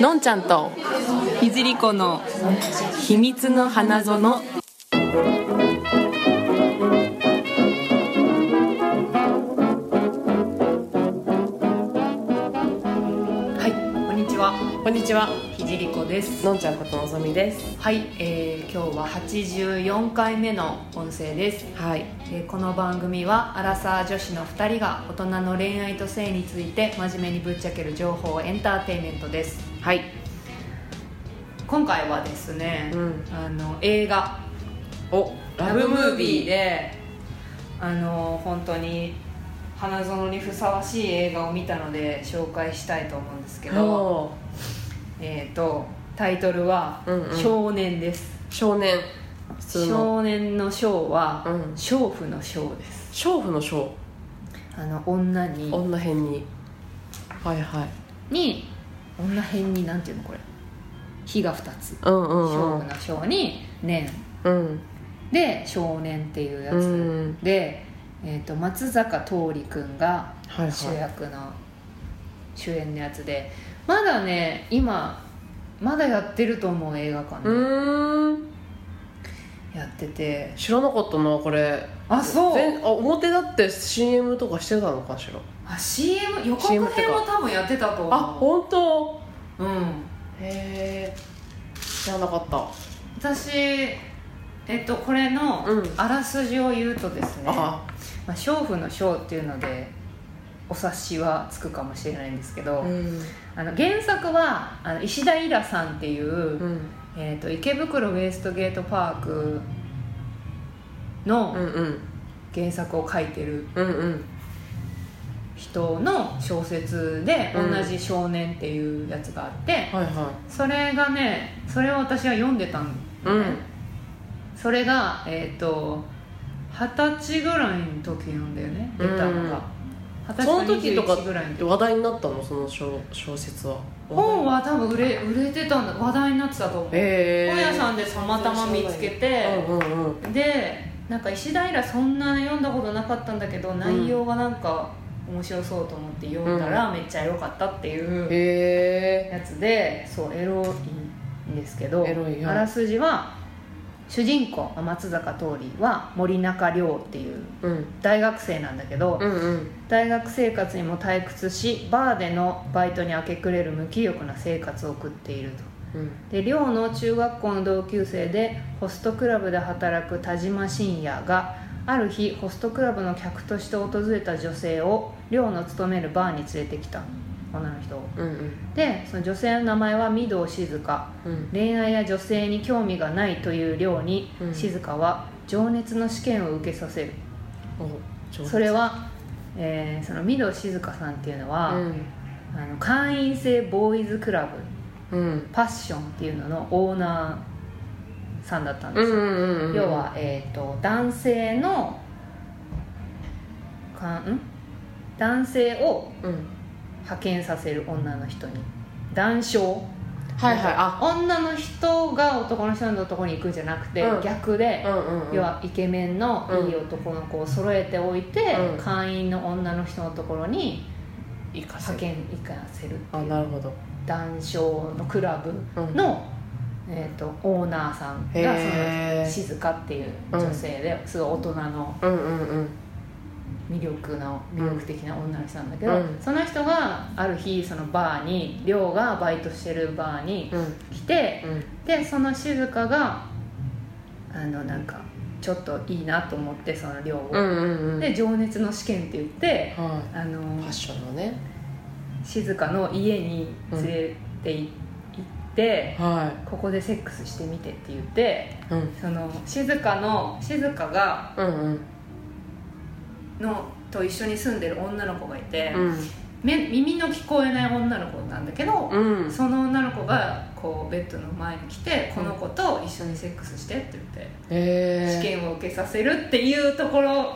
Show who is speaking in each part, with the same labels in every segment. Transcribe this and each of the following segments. Speaker 1: のんちゃんと
Speaker 2: ひじりこの
Speaker 1: 秘密の花園はい
Speaker 2: こんにちは
Speaker 1: こんにちは
Speaker 2: ひじりこです
Speaker 1: のんちゃんことのぞみです
Speaker 2: はい、えー、今日は84回目の音声です、
Speaker 1: はい
Speaker 2: えーこの番組はアラサー女子の2人が大人の恋愛と性について真面目にぶっちゃける情報エンターテインメントです
Speaker 1: はい
Speaker 2: 今回はですね、
Speaker 1: うん
Speaker 2: あの映画
Speaker 1: おラブムービーで
Speaker 2: であの本当に花園にふさわしい映画を見たので紹介したいと思うんですけど、
Speaker 1: お
Speaker 2: えー、とタイトルは
Speaker 1: うんうん
Speaker 2: 「少年」です、
Speaker 1: 少年普通の
Speaker 2: 少年の少は
Speaker 1: うん
Speaker 2: 娼婦の少です
Speaker 1: 娼婦の娼
Speaker 2: あの女に
Speaker 1: 女編にはいはい
Speaker 2: に女編になんていうのこれ火が2つ
Speaker 1: うんう
Speaker 2: 娼
Speaker 1: んう
Speaker 2: 婦
Speaker 1: ん
Speaker 2: の少に年
Speaker 1: うん
Speaker 2: で少年っていうや
Speaker 1: う
Speaker 2: つ
Speaker 1: ん
Speaker 2: で、えー、と松坂桃李君が
Speaker 1: はい
Speaker 2: 主
Speaker 1: は
Speaker 2: 役の主演のやつでまだね今まだやってると思う映画館
Speaker 1: い
Speaker 2: で、
Speaker 1: うーん
Speaker 2: やってて
Speaker 1: 知らなかったなこれ
Speaker 2: あそう
Speaker 1: 全あ表だって CM とかしてたのかしら
Speaker 2: あ CM 予告
Speaker 1: CM って
Speaker 2: 編
Speaker 1: か
Speaker 2: も多分やってたと
Speaker 1: あ
Speaker 2: 思う
Speaker 1: 本当
Speaker 2: うん
Speaker 1: へえ知らなかった
Speaker 2: 私えっとこれの
Speaker 1: うん
Speaker 2: あらすじを言うとですね、ま
Speaker 1: あ
Speaker 2: あ、娼婦の娼っていうのでお察しはつくかもしれないんですけど、
Speaker 1: うん
Speaker 2: あの原作はあの石田イラさんっていう、
Speaker 1: うん
Speaker 2: えー、と池袋ウエストゲートパークの
Speaker 1: うんうん
Speaker 2: 原作を書いてる
Speaker 1: うんうん
Speaker 2: 人の小説で
Speaker 1: うん
Speaker 2: 同じ「少年」っていうやつがあって、
Speaker 1: はいは
Speaker 2: それがねそれを私は読んでたのね、
Speaker 1: うん
Speaker 2: それがえっ、と二十歳ぐらいの時なんだよね出たのが二
Speaker 1: い
Speaker 2: 十、
Speaker 1: その
Speaker 2: 歳
Speaker 1: 時と
Speaker 2: か
Speaker 1: か
Speaker 2: 21ぐらいの時
Speaker 1: 話題になったのその小小説は
Speaker 2: 本は多分売れ売れてたんだ話題になってたと思う、
Speaker 1: ええ
Speaker 2: 本屋さ
Speaker 1: ん
Speaker 2: んでたまたま見つけて、
Speaker 1: うんうんうん
Speaker 2: でなんか石平そんな読んだことなかったんだけど内容がなんか面白そうと思って読んだらめっちゃ良かったっていう
Speaker 1: へえ
Speaker 2: やつでそうエロいんですけど
Speaker 1: エロいはい
Speaker 2: あらすじは主人公松坂桃李は森中亮っていう
Speaker 1: うん
Speaker 2: 大学生なんだけど、
Speaker 1: うんうん
Speaker 2: 大学生活にも退屈しバーでのバイトに明け暮れる無気力な生活を送っていると
Speaker 1: うん
Speaker 2: で寮の中学校の同級生でホストクラブで働く田島信也がある日ホストクラブの客として訪れた女性を寮の勤めるバーに連れてきた女の人を
Speaker 1: うんうん
Speaker 2: でその女性の名前は御堂静香
Speaker 1: うん
Speaker 2: 恋愛や女性に興味がないという寮に、
Speaker 1: うん
Speaker 2: 静香は情熱の試験を受けさせる
Speaker 1: お上手
Speaker 2: それは、えーその御堂静香さんっていうのは、
Speaker 1: うん
Speaker 2: あの会員制ボーイズクラブ
Speaker 1: うん
Speaker 2: パッションっていうののオーナーさんだったん
Speaker 1: う
Speaker 2: で
Speaker 1: ん
Speaker 2: すよ、
Speaker 1: うんうん
Speaker 2: 要は、えー、と男性のかん男性を
Speaker 1: うん
Speaker 2: 派遣させる女の人に男性
Speaker 1: はいはいあ
Speaker 2: 女の人が男の人のとこに行くんじゃなくて、
Speaker 1: うん
Speaker 2: 逆で、
Speaker 1: うんうんうん
Speaker 2: 要はイケメンのいい男の子を揃えておいて、
Speaker 1: うん
Speaker 2: 会員の女の人のところに
Speaker 1: いかせ
Speaker 2: 派
Speaker 1: る
Speaker 2: 遣行かせるって
Speaker 1: あ
Speaker 2: いう
Speaker 1: なるほど
Speaker 2: 男性のクラブ
Speaker 1: うん
Speaker 2: の、えー、とオーナーさんがその
Speaker 1: へえ
Speaker 2: 静香っていう女性ですごい大人の
Speaker 1: うんうんうん
Speaker 2: 魅力の魅力的な女の人なんだけど、
Speaker 1: うん
Speaker 2: その人がある日そのバーに亮がバイトしてるバーに
Speaker 1: うん
Speaker 2: 来て
Speaker 1: うん
Speaker 2: でその静香があのなんかちょっといいなと思ってその亮を、
Speaker 1: うんうんうん
Speaker 2: で情熱の試験って言って
Speaker 1: は
Speaker 2: あの
Speaker 1: いファッションのね
Speaker 2: 静香の家に連れて行って、
Speaker 1: は
Speaker 2: ここでセックスしてみてって言って
Speaker 1: いうん
Speaker 2: その静香の静香が
Speaker 1: うんうん
Speaker 2: のと一緒に住んでる女の子がいて、
Speaker 1: うん
Speaker 2: め耳の聞こえない女の子なんだけど、
Speaker 1: うん
Speaker 2: その女の子がこうベッドの前に来て、この子と一緒にセックスしてって言って、
Speaker 1: え
Speaker 2: 試
Speaker 1: え
Speaker 2: 験を受けさせるっていうところ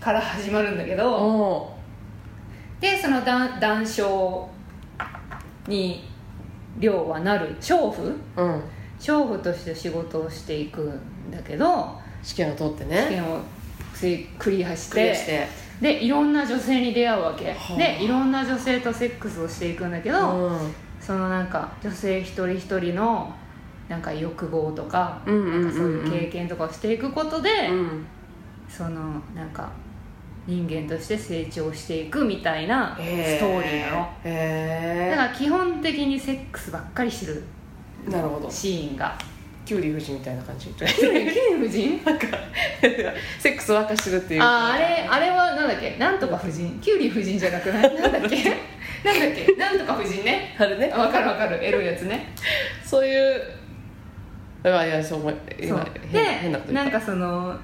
Speaker 2: から始まるんだけ
Speaker 1: お
Speaker 2: ど、
Speaker 1: お
Speaker 2: でその談談笑に亮はなる娼婦
Speaker 1: ーうん
Speaker 2: 娼婦として仕事をしていくんだけど
Speaker 1: 試験を取って
Speaker 2: 試
Speaker 1: ね
Speaker 2: 験をクリアして
Speaker 1: クリアして
Speaker 2: でいろんな女性に出会うわけ、
Speaker 1: はあ
Speaker 2: でいろんな女性とセックスをしていくんだけ
Speaker 1: う
Speaker 2: ど、
Speaker 1: ん
Speaker 2: そのなんか女性一人一人のなんか欲望とか,、
Speaker 1: うんうんうんうん
Speaker 2: なんかそういう経験とかをしていくことで、
Speaker 1: うん
Speaker 2: そのなんか人間として成長していくみたいな
Speaker 1: へ
Speaker 2: ストーリーなの、
Speaker 1: へ
Speaker 2: だ
Speaker 1: え
Speaker 2: から基本的にセックスばっかりしてる
Speaker 1: なるほど
Speaker 2: シーンが
Speaker 1: キュウリ夫人みたいな感じ
Speaker 2: キュリ夫人
Speaker 1: セックス沸かしてるっていう
Speaker 2: あーあれあれはなんだっけなんとか夫人キュウリ夫人じゃなくない なんだっけなんだっけなんとか夫人ね
Speaker 1: あれね
Speaker 2: わかるわかるエロいやつね
Speaker 1: そういういやいやそう思い
Speaker 2: そう
Speaker 1: 今変な変なこと
Speaker 2: で
Speaker 1: 言
Speaker 2: な
Speaker 1: った
Speaker 2: んかその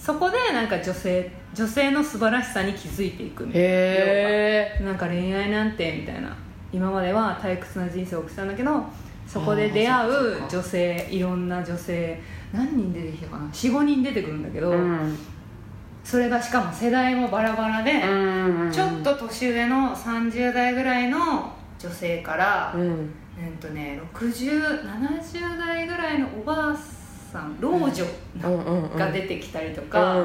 Speaker 2: そこでなんか女性女性の素晴らしさに気づいていくみたいな
Speaker 1: へえ
Speaker 2: なんか恋愛なんてみたいな今までは退屈な人生を送ってたんだけどそこで出会
Speaker 1: あーそっ
Speaker 2: う
Speaker 1: か
Speaker 2: 女性いろんな女性何人出てきたかな45人出てくるんだけど、
Speaker 1: うん
Speaker 2: それがしかも世代もバラバラで、
Speaker 1: うん
Speaker 2: ちょっと年上の30代ぐらいの女性から、
Speaker 1: うん
Speaker 2: うんとね6070代ぐらいのおばあさん老女
Speaker 1: うんうんうん
Speaker 2: が出てきたりとか、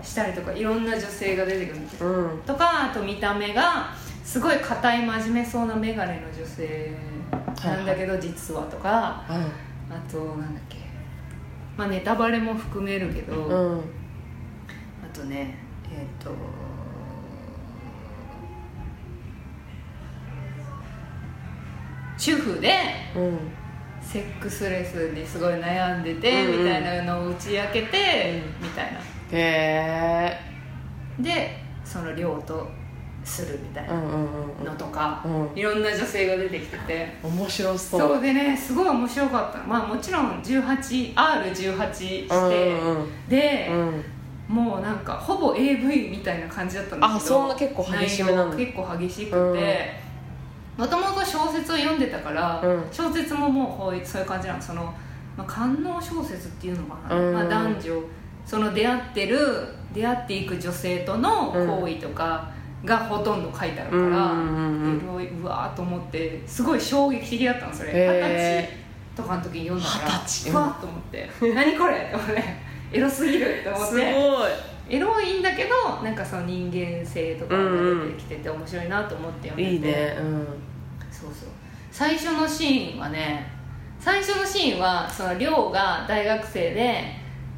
Speaker 2: したりとかいろんな女性が出てくるんだけど
Speaker 1: うんうん
Speaker 2: とかあと見た目がすごい硬い真面目そうな眼鏡の女性なんだけど実はとか
Speaker 1: あ
Speaker 2: あとなんだっけまあネタバレも含めるけど、
Speaker 1: う
Speaker 2: あ
Speaker 1: ん
Speaker 2: とねえっ、と主婦で
Speaker 1: うん
Speaker 2: セックスレスにすごい悩んでて、
Speaker 1: うんうん
Speaker 2: みたいなのを打ち明けて、みたいな
Speaker 1: へえ
Speaker 2: でその量とするみたい
Speaker 1: うんうんうん
Speaker 2: なのとか、
Speaker 1: うんうん
Speaker 2: いろんな女性が出てきてて
Speaker 1: 面白そう
Speaker 2: そうでねすごい面白かったまあもちろん 18R18 して、
Speaker 1: うんうん
Speaker 2: で、
Speaker 1: うん
Speaker 2: もうなんかほぼ AV みたいな感じだったんですけど
Speaker 1: あそんな結構激しめなんだ
Speaker 2: 内容結構激しく
Speaker 1: うん
Speaker 2: てもともと小説を読んでたから、
Speaker 1: うん
Speaker 2: 小説ももうこういうそういう感じなのその、まあ、官能小説っていうのかな、
Speaker 1: うん
Speaker 2: まあ、男女その出会ってる出会っていく女性との行為とかがほとんど書いてあるか
Speaker 1: う
Speaker 2: ら、
Speaker 1: んうんうん
Speaker 2: いろいろうわーっと思ってすごい衝撃的だったのそれ二十歳
Speaker 1: へ
Speaker 2: とかの時に読んだから
Speaker 1: 二十歳うん
Speaker 2: ふわっと思って「何これ!」って思ってエロすぎるって思っ
Speaker 1: す
Speaker 2: て
Speaker 1: ごい
Speaker 2: エロいんだけどなんかその人間性とかが出てきてて面白いなと思って読んでて
Speaker 1: いいねうん
Speaker 2: そうそう最初のシーンはね最初のシーンはその亮が大学生で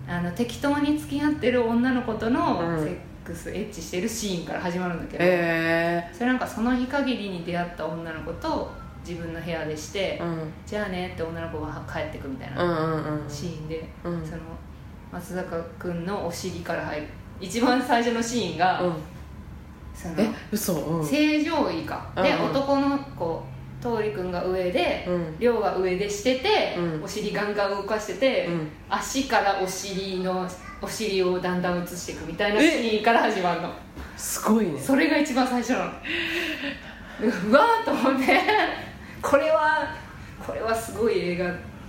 Speaker 2: あの適当に付き合ってる女の子との
Speaker 1: うん
Speaker 2: セックス、エッチしてるシーンから始まるんだけど、
Speaker 1: へ
Speaker 2: それなんかその日限りに出会った女の子と自分の部屋でして、
Speaker 1: えうん
Speaker 2: じゃあねって女の子が帰ってくみたい
Speaker 1: うん
Speaker 2: な
Speaker 1: うんうん
Speaker 2: シーンで、
Speaker 1: うん
Speaker 2: その松坂君のお尻から入る一番最初のシーンが、
Speaker 1: うん
Speaker 2: そ
Speaker 1: え
Speaker 2: の
Speaker 1: 嘘うん
Speaker 2: 正常位か、
Speaker 1: うん
Speaker 2: で
Speaker 1: うん
Speaker 2: 男の子桃李君が上で
Speaker 1: うん
Speaker 2: 亮、が上でしてて、
Speaker 1: うん
Speaker 2: お尻ガンガン動かしてて、
Speaker 1: うん
Speaker 2: 足からお尻のお尻をだんだん移していくみたいなシーンから始まるの
Speaker 1: すごいね
Speaker 2: それが一番最初なの うわーと思って これはこれはすごい映画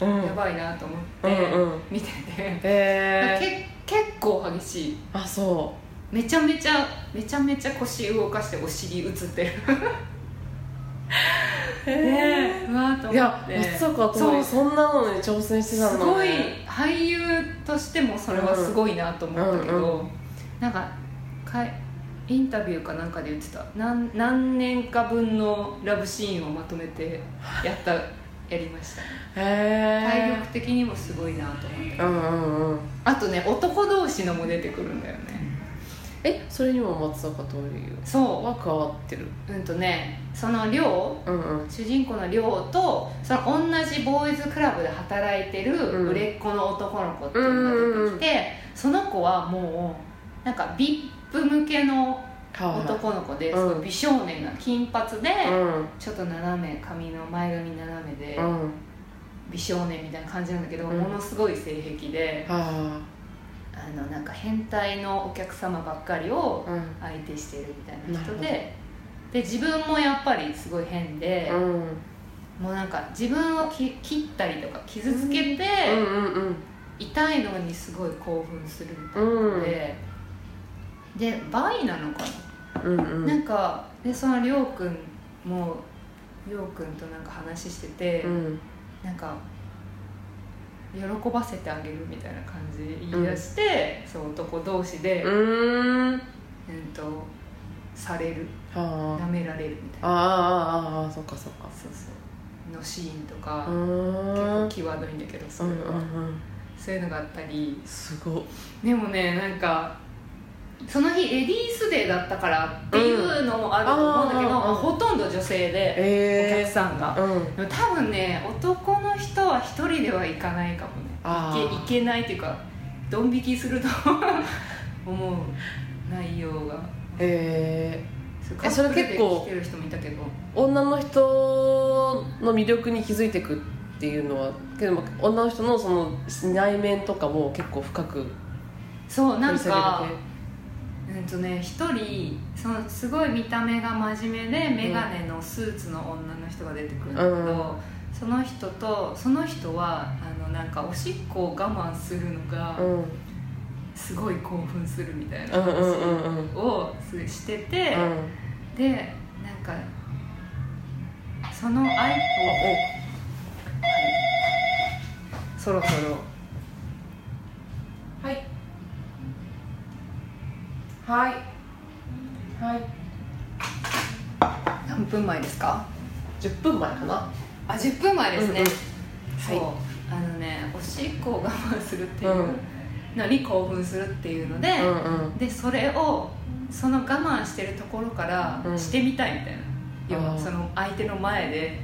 Speaker 1: うん
Speaker 2: やばいなと思って
Speaker 1: うんうん
Speaker 2: 見てて、
Speaker 1: へえ
Speaker 2: け結構激しい
Speaker 1: あそ
Speaker 2: めちゃめちゃめちゃめちゃ腰動かしてお尻映ってる
Speaker 1: う
Speaker 2: ねえうわーと
Speaker 1: い
Speaker 2: 思
Speaker 1: や
Speaker 2: って
Speaker 1: 松坂桃
Speaker 2: そう
Speaker 1: 李そんなのに挑戦してた
Speaker 2: す
Speaker 1: の
Speaker 2: ごい
Speaker 1: ね
Speaker 2: 俳優としてもそれはすごいなと思ったけど、
Speaker 1: うんうん
Speaker 2: なんかかいインタビューかなんかで言ってた何何年か分のラブシーンをまとめてやったやりました体
Speaker 1: へ
Speaker 2: 力的にもすごいなと思って
Speaker 1: えうんうんうん
Speaker 2: あとね男同士のも出てくるんだよね
Speaker 1: えそれにも松坂桃李
Speaker 2: そ
Speaker 1: は加わってる
Speaker 2: ううんとねその寮
Speaker 1: うんうん
Speaker 2: 主人公の亮とその同じボーイズクラブで働いて
Speaker 1: う
Speaker 2: る
Speaker 1: ん
Speaker 2: 売れっ子の男の子っていうのが出てきて、その子はもうなんか VIP 向けの
Speaker 1: はいはい
Speaker 2: 男の子で、
Speaker 1: うん
Speaker 2: すごい美少年な金髪で、
Speaker 1: うん
Speaker 2: ちょっと斜め髪の前髪斜めで、
Speaker 1: うん
Speaker 2: 美少年みたいな感じなんだけど、
Speaker 1: うん
Speaker 2: ものすごい性癖で
Speaker 1: は
Speaker 2: あのなんか変態のお客様ばっかりを
Speaker 1: あうん
Speaker 2: 相手してるみたいな人
Speaker 1: なる
Speaker 2: で。で自分もやっぱりすごい変で、
Speaker 1: うん
Speaker 2: もうなんか自分をき切ったりとか傷つけて、
Speaker 1: うんうん
Speaker 2: 痛いのにすごい興奮するみた
Speaker 1: う
Speaker 2: い
Speaker 1: んうん
Speaker 2: で、でバイなのか
Speaker 1: うん
Speaker 2: な、
Speaker 1: うん
Speaker 2: なんかでそのりょうくんもりょうくんとなんか話してて、
Speaker 1: うん
Speaker 2: なんか喜ばせてあげるみたいな感じで言い出して、そう男同士で、
Speaker 1: う
Speaker 2: うん、
Speaker 1: ーんは
Speaker 2: とされる
Speaker 1: あ
Speaker 2: 舐められるみたいな
Speaker 1: ああああああそっかそっか
Speaker 2: そうそうのシーンとか、結
Speaker 1: ん
Speaker 2: 構際どいんだけどそれは、
Speaker 1: うんうん
Speaker 2: そういうのがあったり
Speaker 1: すごっ
Speaker 2: でもねなんかその日レディースデーだったからっていうのもあると思うんだけど、
Speaker 1: うんあー
Speaker 2: まあほとんど女性でお
Speaker 1: ええ
Speaker 2: 客さんが、
Speaker 1: うん
Speaker 2: でも多分ね男の人は一人では行かないかもね
Speaker 1: あ
Speaker 2: い
Speaker 1: ー
Speaker 2: けいけないっていうかドン引きすると思う内容が
Speaker 1: え
Speaker 2: そう
Speaker 1: えそれ
Speaker 2: カップルで
Speaker 1: 結構
Speaker 2: 来てる人もいたけど
Speaker 1: ー女の人の魅力に気づいていくっていうのはけども女の人のその内面とかも結構深く
Speaker 2: そうなん
Speaker 1: 掘り下
Speaker 2: か
Speaker 1: げて
Speaker 2: うんとね一人そのすごい見た目が真面目で眼鏡のスーツの女の人が出てくるんだけど、
Speaker 1: うん
Speaker 2: その人とその人はあのなんかおしっこを我慢するのが
Speaker 1: うん
Speaker 2: すごい興奮するみたいな
Speaker 1: うんうん
Speaker 2: 話
Speaker 1: うんうん
Speaker 2: をすしてて、
Speaker 1: うん
Speaker 2: でなんかその相手を
Speaker 3: そろそろ
Speaker 1: はいはいはい
Speaker 3: 何分前ですか
Speaker 1: 10分前かな
Speaker 2: あ10分前ですね、
Speaker 1: うんうん
Speaker 2: そう、
Speaker 1: は
Speaker 2: あのねおしっこを我慢するっていう
Speaker 1: うん
Speaker 2: のに興奮するっていうので、
Speaker 1: うんうん
Speaker 2: でそれをその我慢してるところから
Speaker 1: うん
Speaker 2: してみたいみたいな、要
Speaker 1: あ
Speaker 2: は
Speaker 1: ー
Speaker 2: その相手の前で、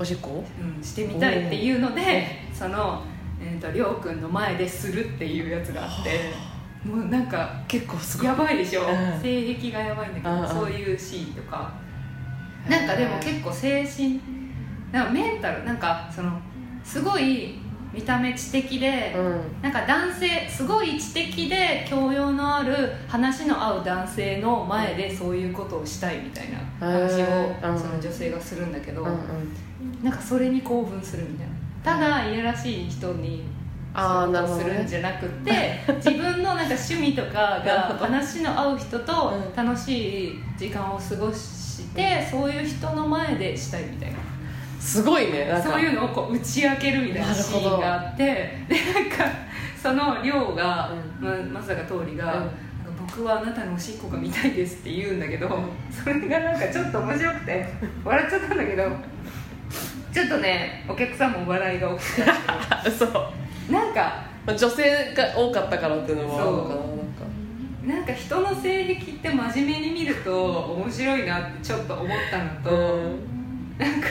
Speaker 1: おしっこ
Speaker 2: うん、してみたいっていうのでその、えー、とりょうくんの前でするっていうやつがあってもうなんか
Speaker 1: 結構すごい
Speaker 2: やばいでしょ、
Speaker 1: うん
Speaker 2: 性癖がやばいんだけど、
Speaker 1: うんうん
Speaker 2: そういうシーンとかなんかでも結構精神なんかメンタルなんかそのすごい見た目知的で、
Speaker 1: うん
Speaker 2: なんか男性すごい知的で教養のある話の合う男性の前でそういうことをしたいみたいな話
Speaker 1: へ
Speaker 2: を
Speaker 1: ーうん
Speaker 2: その女性がするんだけど、
Speaker 1: うんうん
Speaker 2: なんかそれに興奮するみたいなただいやらしい人に
Speaker 1: ああなるほ
Speaker 2: す
Speaker 1: ど
Speaker 2: るん
Speaker 1: ね
Speaker 2: じゃなくて、 自分のなんか趣味とか
Speaker 1: なる
Speaker 2: が
Speaker 1: ほど
Speaker 2: 話の合う人と
Speaker 1: うん
Speaker 2: 楽しい時間を過ごして、そういう人の前でしたいみたいな
Speaker 1: すごいねなんか
Speaker 2: そういうのをこう打ち明けるみたいな
Speaker 1: なる
Speaker 2: シ
Speaker 1: ほど
Speaker 2: ーンがあってでなんかその亮が、ままさか通りが、
Speaker 1: うん
Speaker 2: なんか僕はあなたのおしっこが見たいです」って言うんだけどそれがなんかちょっと面白くて笑っちゃったんだけどちょっとねお客さんも笑いが起きてたんです
Speaker 1: あそう
Speaker 2: けどなんか
Speaker 1: まあ女性が多かったからっていうのもあるのかな
Speaker 2: そ
Speaker 1: なんか
Speaker 2: なんか人の性癖って真面目に見ると面白いなってちょっと思ったのと、
Speaker 1: うん
Speaker 2: なんか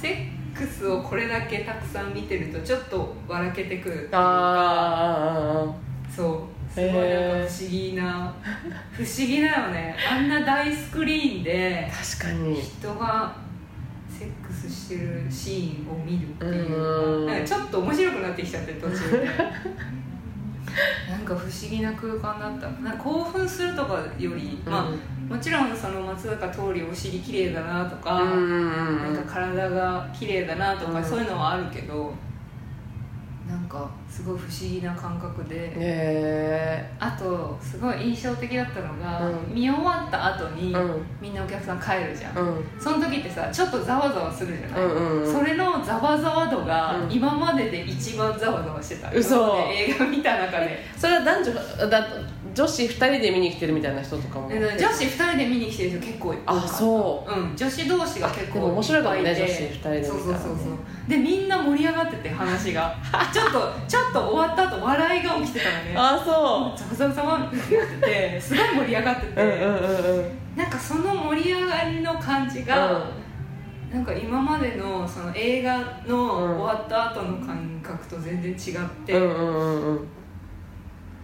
Speaker 2: セックスをこれだけたくさん見てるとちょっと笑けてくるっていう
Speaker 1: あー
Speaker 2: か
Speaker 1: あーあーあ
Speaker 2: そうすごいな
Speaker 1: へー
Speaker 2: んか不思議な、不思議だよねあんな大スクリーンで
Speaker 1: ー確かに
Speaker 2: 人がセックスしてるシーンを見るっていう
Speaker 1: う
Speaker 2: の
Speaker 1: ん
Speaker 2: がなんかちょっと面白くなってきちゃって途中でなんか不思議な空間だったなんか興奮するとかより、ま
Speaker 1: うん
Speaker 2: あ、もちろんその松坂桃李お尻綺麗だなとか、
Speaker 1: うんうん
Speaker 2: な
Speaker 1: うんん
Speaker 2: か体が綺麗だなとか、
Speaker 1: うん
Speaker 2: そういうのはあるけどなんかすごい不思議な感覚で、
Speaker 1: へ
Speaker 2: あとすごい印象的だったのが、
Speaker 1: うん
Speaker 2: 見終わった後に、
Speaker 1: うん
Speaker 2: みんなお客さん帰るじゃん、
Speaker 1: ーうん
Speaker 2: その時ってさちょっとざわざわするじゃない、
Speaker 1: うんうんうん
Speaker 2: それのざわざわ度が、
Speaker 1: うん
Speaker 2: 今までで一番ざわざわしてた
Speaker 1: 嘘
Speaker 2: 映画見た中で
Speaker 1: それは男女だ女子2人で見に来てるみたいな人とかも
Speaker 2: で女子2人で見に来てる人結構多かった、
Speaker 1: あそう
Speaker 2: ん、女子同士が結構
Speaker 1: でも面白いかもね
Speaker 2: いっぱいいて
Speaker 1: 女子二人で見た
Speaker 2: そう
Speaker 1: らね
Speaker 2: そうそうそうでみんな盛り上がってて 話がちょっとちょっと終わった後笑いが起きてたのね
Speaker 1: ああそ
Speaker 2: ざわざわざわってなっててすごい盛り上がってて、
Speaker 1: ううんうんうんうん
Speaker 2: なんかその盛り上がりの感じ
Speaker 1: うん
Speaker 2: が、なんか今までのその映画
Speaker 1: うん
Speaker 2: の終わった後の感覚と全然違って、
Speaker 1: うんうんうん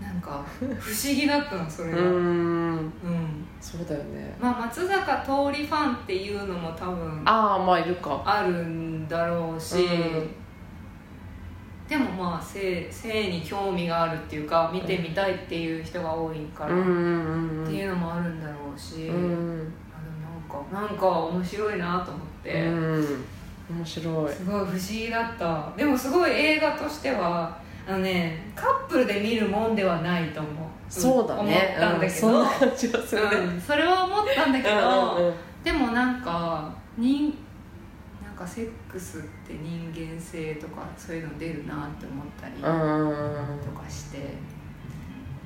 Speaker 2: なんか不思議だったのそれ
Speaker 1: う
Speaker 2: が、
Speaker 1: んうーん
Speaker 2: うん
Speaker 1: そうだよね
Speaker 2: まあ、松坂桃李ファンっていうのも多分
Speaker 1: ああまあいるか
Speaker 2: あるんだろうし、
Speaker 1: うん
Speaker 2: でもまあ性性に興味があるっていうか見てみたいっていう人が多いか
Speaker 1: う
Speaker 2: ら、
Speaker 1: んう
Speaker 2: っ
Speaker 1: んうん
Speaker 2: ていうのもあるんだろうし、
Speaker 1: うんうん
Speaker 2: あのなんかなんか面白いなと思って、
Speaker 1: うん面白い
Speaker 2: すごい不思議だったでもすごい映画としてはあのねカップルで見るもんではないと思う
Speaker 1: そうだね
Speaker 2: 思った
Speaker 1: う
Speaker 2: んだ
Speaker 1: ん
Speaker 2: けど、
Speaker 1: そんな感じはするね
Speaker 2: うんそれは思ったんだけど、
Speaker 1: うんうん
Speaker 2: でもなんか人なんかセックスって人間性とかそういうの出るなって思ったり
Speaker 1: う
Speaker 2: と
Speaker 1: んうんうん
Speaker 2: かして、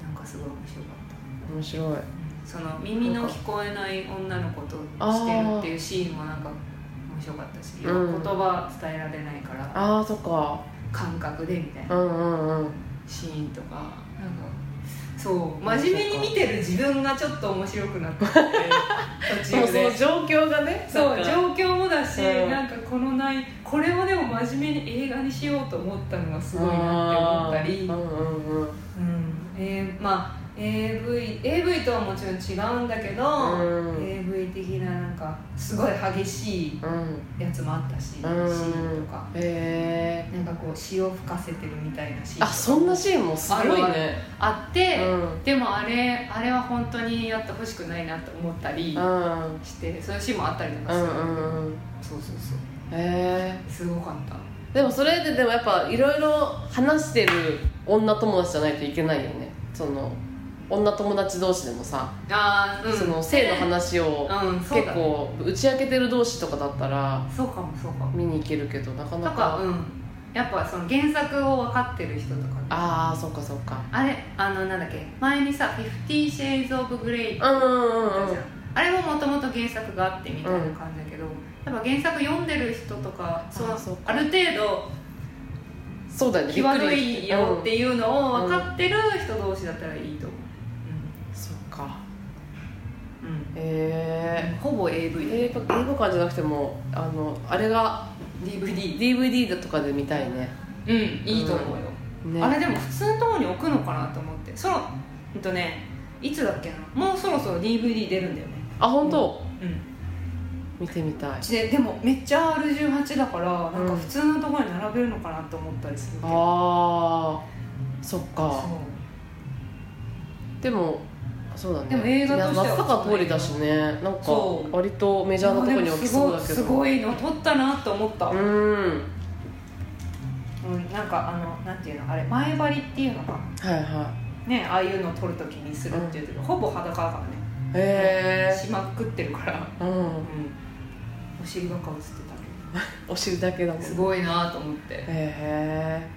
Speaker 2: なんかすごい面白かった
Speaker 1: 面白い
Speaker 2: その耳の聞こえない女の子としてるっていうシーンもなんか面白かったし、
Speaker 1: うん
Speaker 2: 言葉伝えられないから
Speaker 1: ああそっか
Speaker 2: 感覚でみたいな
Speaker 1: うんうんうん
Speaker 2: シーンとかなんかそう真面目に見てる自分がちょっと面白くなってきて途
Speaker 1: もう
Speaker 2: 中
Speaker 1: そ
Speaker 2: で
Speaker 1: の状況がね
Speaker 2: そ
Speaker 1: なん
Speaker 2: う
Speaker 1: か
Speaker 2: 状況もだし、
Speaker 1: うん
Speaker 2: なんかこのないこれをでも真面目に映画にしようと思ったのがすごいなって思ったり、
Speaker 1: あーうんうんうん
Speaker 2: うんえーまあ AV, AV とはもちろん違うんだけど、
Speaker 1: うん
Speaker 2: AV 的ななんかすごい激しい
Speaker 1: うん
Speaker 2: やつもあったし、
Speaker 1: うん
Speaker 2: シーンとか
Speaker 1: へえ
Speaker 2: なんかこう詩を吹かせてるみたいなシーンとか
Speaker 1: あそんなシーンもすごいね
Speaker 2: あっ
Speaker 1: う
Speaker 2: て、
Speaker 1: ん
Speaker 2: でもあれあれは本当にやってほしくないなと思ったり
Speaker 1: うん
Speaker 2: してそういうシーンもあったりと
Speaker 1: う
Speaker 2: かする、
Speaker 1: んうんうん
Speaker 2: そうそうそう
Speaker 1: へ
Speaker 2: すごかった
Speaker 1: えでもそれででもやっぱいろいろ話してる女友達じゃないといけないよねその女友達同士でもさ、
Speaker 2: ああうん
Speaker 1: その性の話を
Speaker 2: うんそう
Speaker 1: 結
Speaker 2: だね
Speaker 1: 構打ち明けてる同士とかだったら
Speaker 2: そうかもそうかも
Speaker 1: 見に行けるけどなか
Speaker 2: と
Speaker 1: な
Speaker 2: か
Speaker 1: か
Speaker 2: うんやっぱその原作を分かってる人とかね
Speaker 1: ああそっかそっか
Speaker 2: あれあのなんだっけ前にさ「フィフティー・シェイズ・オブ・グレイ」
Speaker 1: うんうんうんうん
Speaker 2: あれももともと原作があってみたいな感じだけど、やっぱ原作読んでる人とかその
Speaker 1: あそうか
Speaker 2: ある程度
Speaker 1: そうだよねびっ
Speaker 2: 際
Speaker 1: く
Speaker 2: ど
Speaker 1: り
Speaker 2: いよっ
Speaker 1: うん
Speaker 2: ていうのを分かってる人同士だったらいいと思う、
Speaker 1: そっか
Speaker 2: うんうん
Speaker 1: ええ
Speaker 2: ほぼ AV で
Speaker 1: 映画映画館じゃなくてもあのあれが
Speaker 2: DVD
Speaker 1: DVD だとかで見たいね
Speaker 2: うんいいと思うよ、
Speaker 1: ね
Speaker 2: あれでも普通のところに置くのかなと思ってそのうんとねいつだっけなもうそろそろ DVD 出るんだよね
Speaker 1: あ本当、
Speaker 2: うん
Speaker 1: 見てみたい
Speaker 2: ででもめっちゃ R18 だからなん
Speaker 1: う
Speaker 2: か
Speaker 1: ん
Speaker 2: 普通のところに並べるのかなと思ったりするけど、
Speaker 1: あーそっ
Speaker 2: そ
Speaker 1: かでもそうだね
Speaker 2: でも映画としてはい
Speaker 1: や松坂通りだしねなんか
Speaker 2: そう
Speaker 1: 割とメ
Speaker 2: う
Speaker 1: ジャーなとこに置きそうだけど
Speaker 2: すごいすごいの撮ったなと思った、う
Speaker 1: うんん
Speaker 2: なんかあのなんていうのあれ前張りっていうのか
Speaker 1: はいは
Speaker 2: ねああいうのを撮るときにするっていうけど、ほぼ裸だから
Speaker 1: い
Speaker 2: ね
Speaker 1: へ
Speaker 2: しまくってるから、
Speaker 1: えうん
Speaker 2: お尻ばっか映ってたけ
Speaker 1: お尻だけだもん
Speaker 2: ど
Speaker 1: ね
Speaker 2: すごいなと思って、
Speaker 1: へえ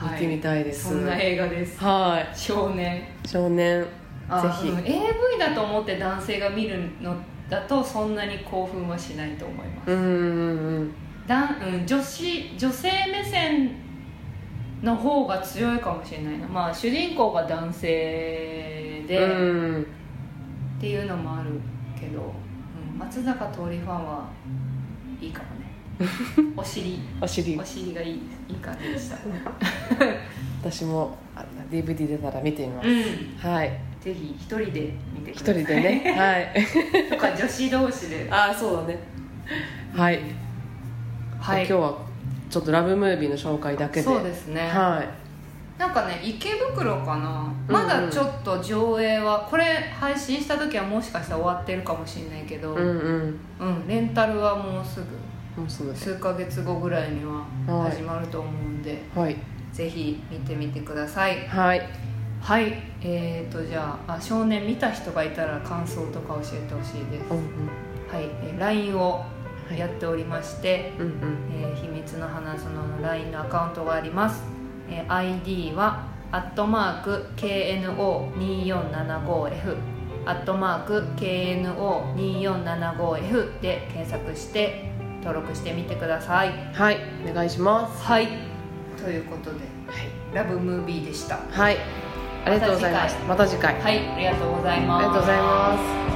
Speaker 1: 見てみ
Speaker 2: い
Speaker 1: たいです
Speaker 2: そんな映画です
Speaker 1: は
Speaker 2: 少年
Speaker 1: い少年
Speaker 2: あ
Speaker 1: ぜひ
Speaker 2: うん AV だと思って男性が見るのだとそんなに興奮はしないと思います、
Speaker 1: うんうんうん
Speaker 2: 男うん、女子女性目線の方が強いかもしれないなまあ主人公が男性で、
Speaker 1: うん
Speaker 2: っていうのもあるけど、うん、松坂桃李ファンはいいか もねお尻
Speaker 1: お尻
Speaker 2: お尻がいいいい感じでした
Speaker 1: 私もあ DVD 出たら見てみます、
Speaker 2: うん
Speaker 1: はい
Speaker 2: ぜひ一人で見てく
Speaker 1: 一
Speaker 2: だ
Speaker 1: 人
Speaker 2: さ
Speaker 1: で
Speaker 2: い
Speaker 1: ねはい
Speaker 2: とか女子同士で、
Speaker 1: ああそうだねはい、
Speaker 2: は
Speaker 1: 今日はちょっとラブムービーの紹介だけで
Speaker 2: そうですね、
Speaker 1: はい
Speaker 2: なんかね池袋かな
Speaker 1: うん
Speaker 2: まだちょっと上映はこれ配信した時はもしかしたら終わってるかもしれないけど、う
Speaker 1: うんんうん
Speaker 2: レンタルはもうすぐ
Speaker 1: もうそうです
Speaker 2: 数ヶ月後ぐらいには
Speaker 1: はい
Speaker 2: 始まると思うんで、
Speaker 1: はい
Speaker 2: ぜひ見てみてください
Speaker 1: はい
Speaker 2: はいえー、とじゃああ少年見た人がいたら感想とか教えてほしいです、
Speaker 1: うん
Speaker 2: はい、えー LINE を
Speaker 1: はい
Speaker 2: やっておりまして、
Speaker 1: うんうんうん
Speaker 2: えー秘密の花園の LINE のアカウントがあります、えー ID はアットマーク KNO2475F アットマーク KNO2475F で検索して登録してみてください
Speaker 1: はいお願いします
Speaker 2: はいということで
Speaker 1: はい、
Speaker 2: ラブムービーでした
Speaker 1: はい、ありがとうございましたまた次回
Speaker 2: はいありがとうござい
Speaker 1: あ
Speaker 2: ます
Speaker 1: りがとうございます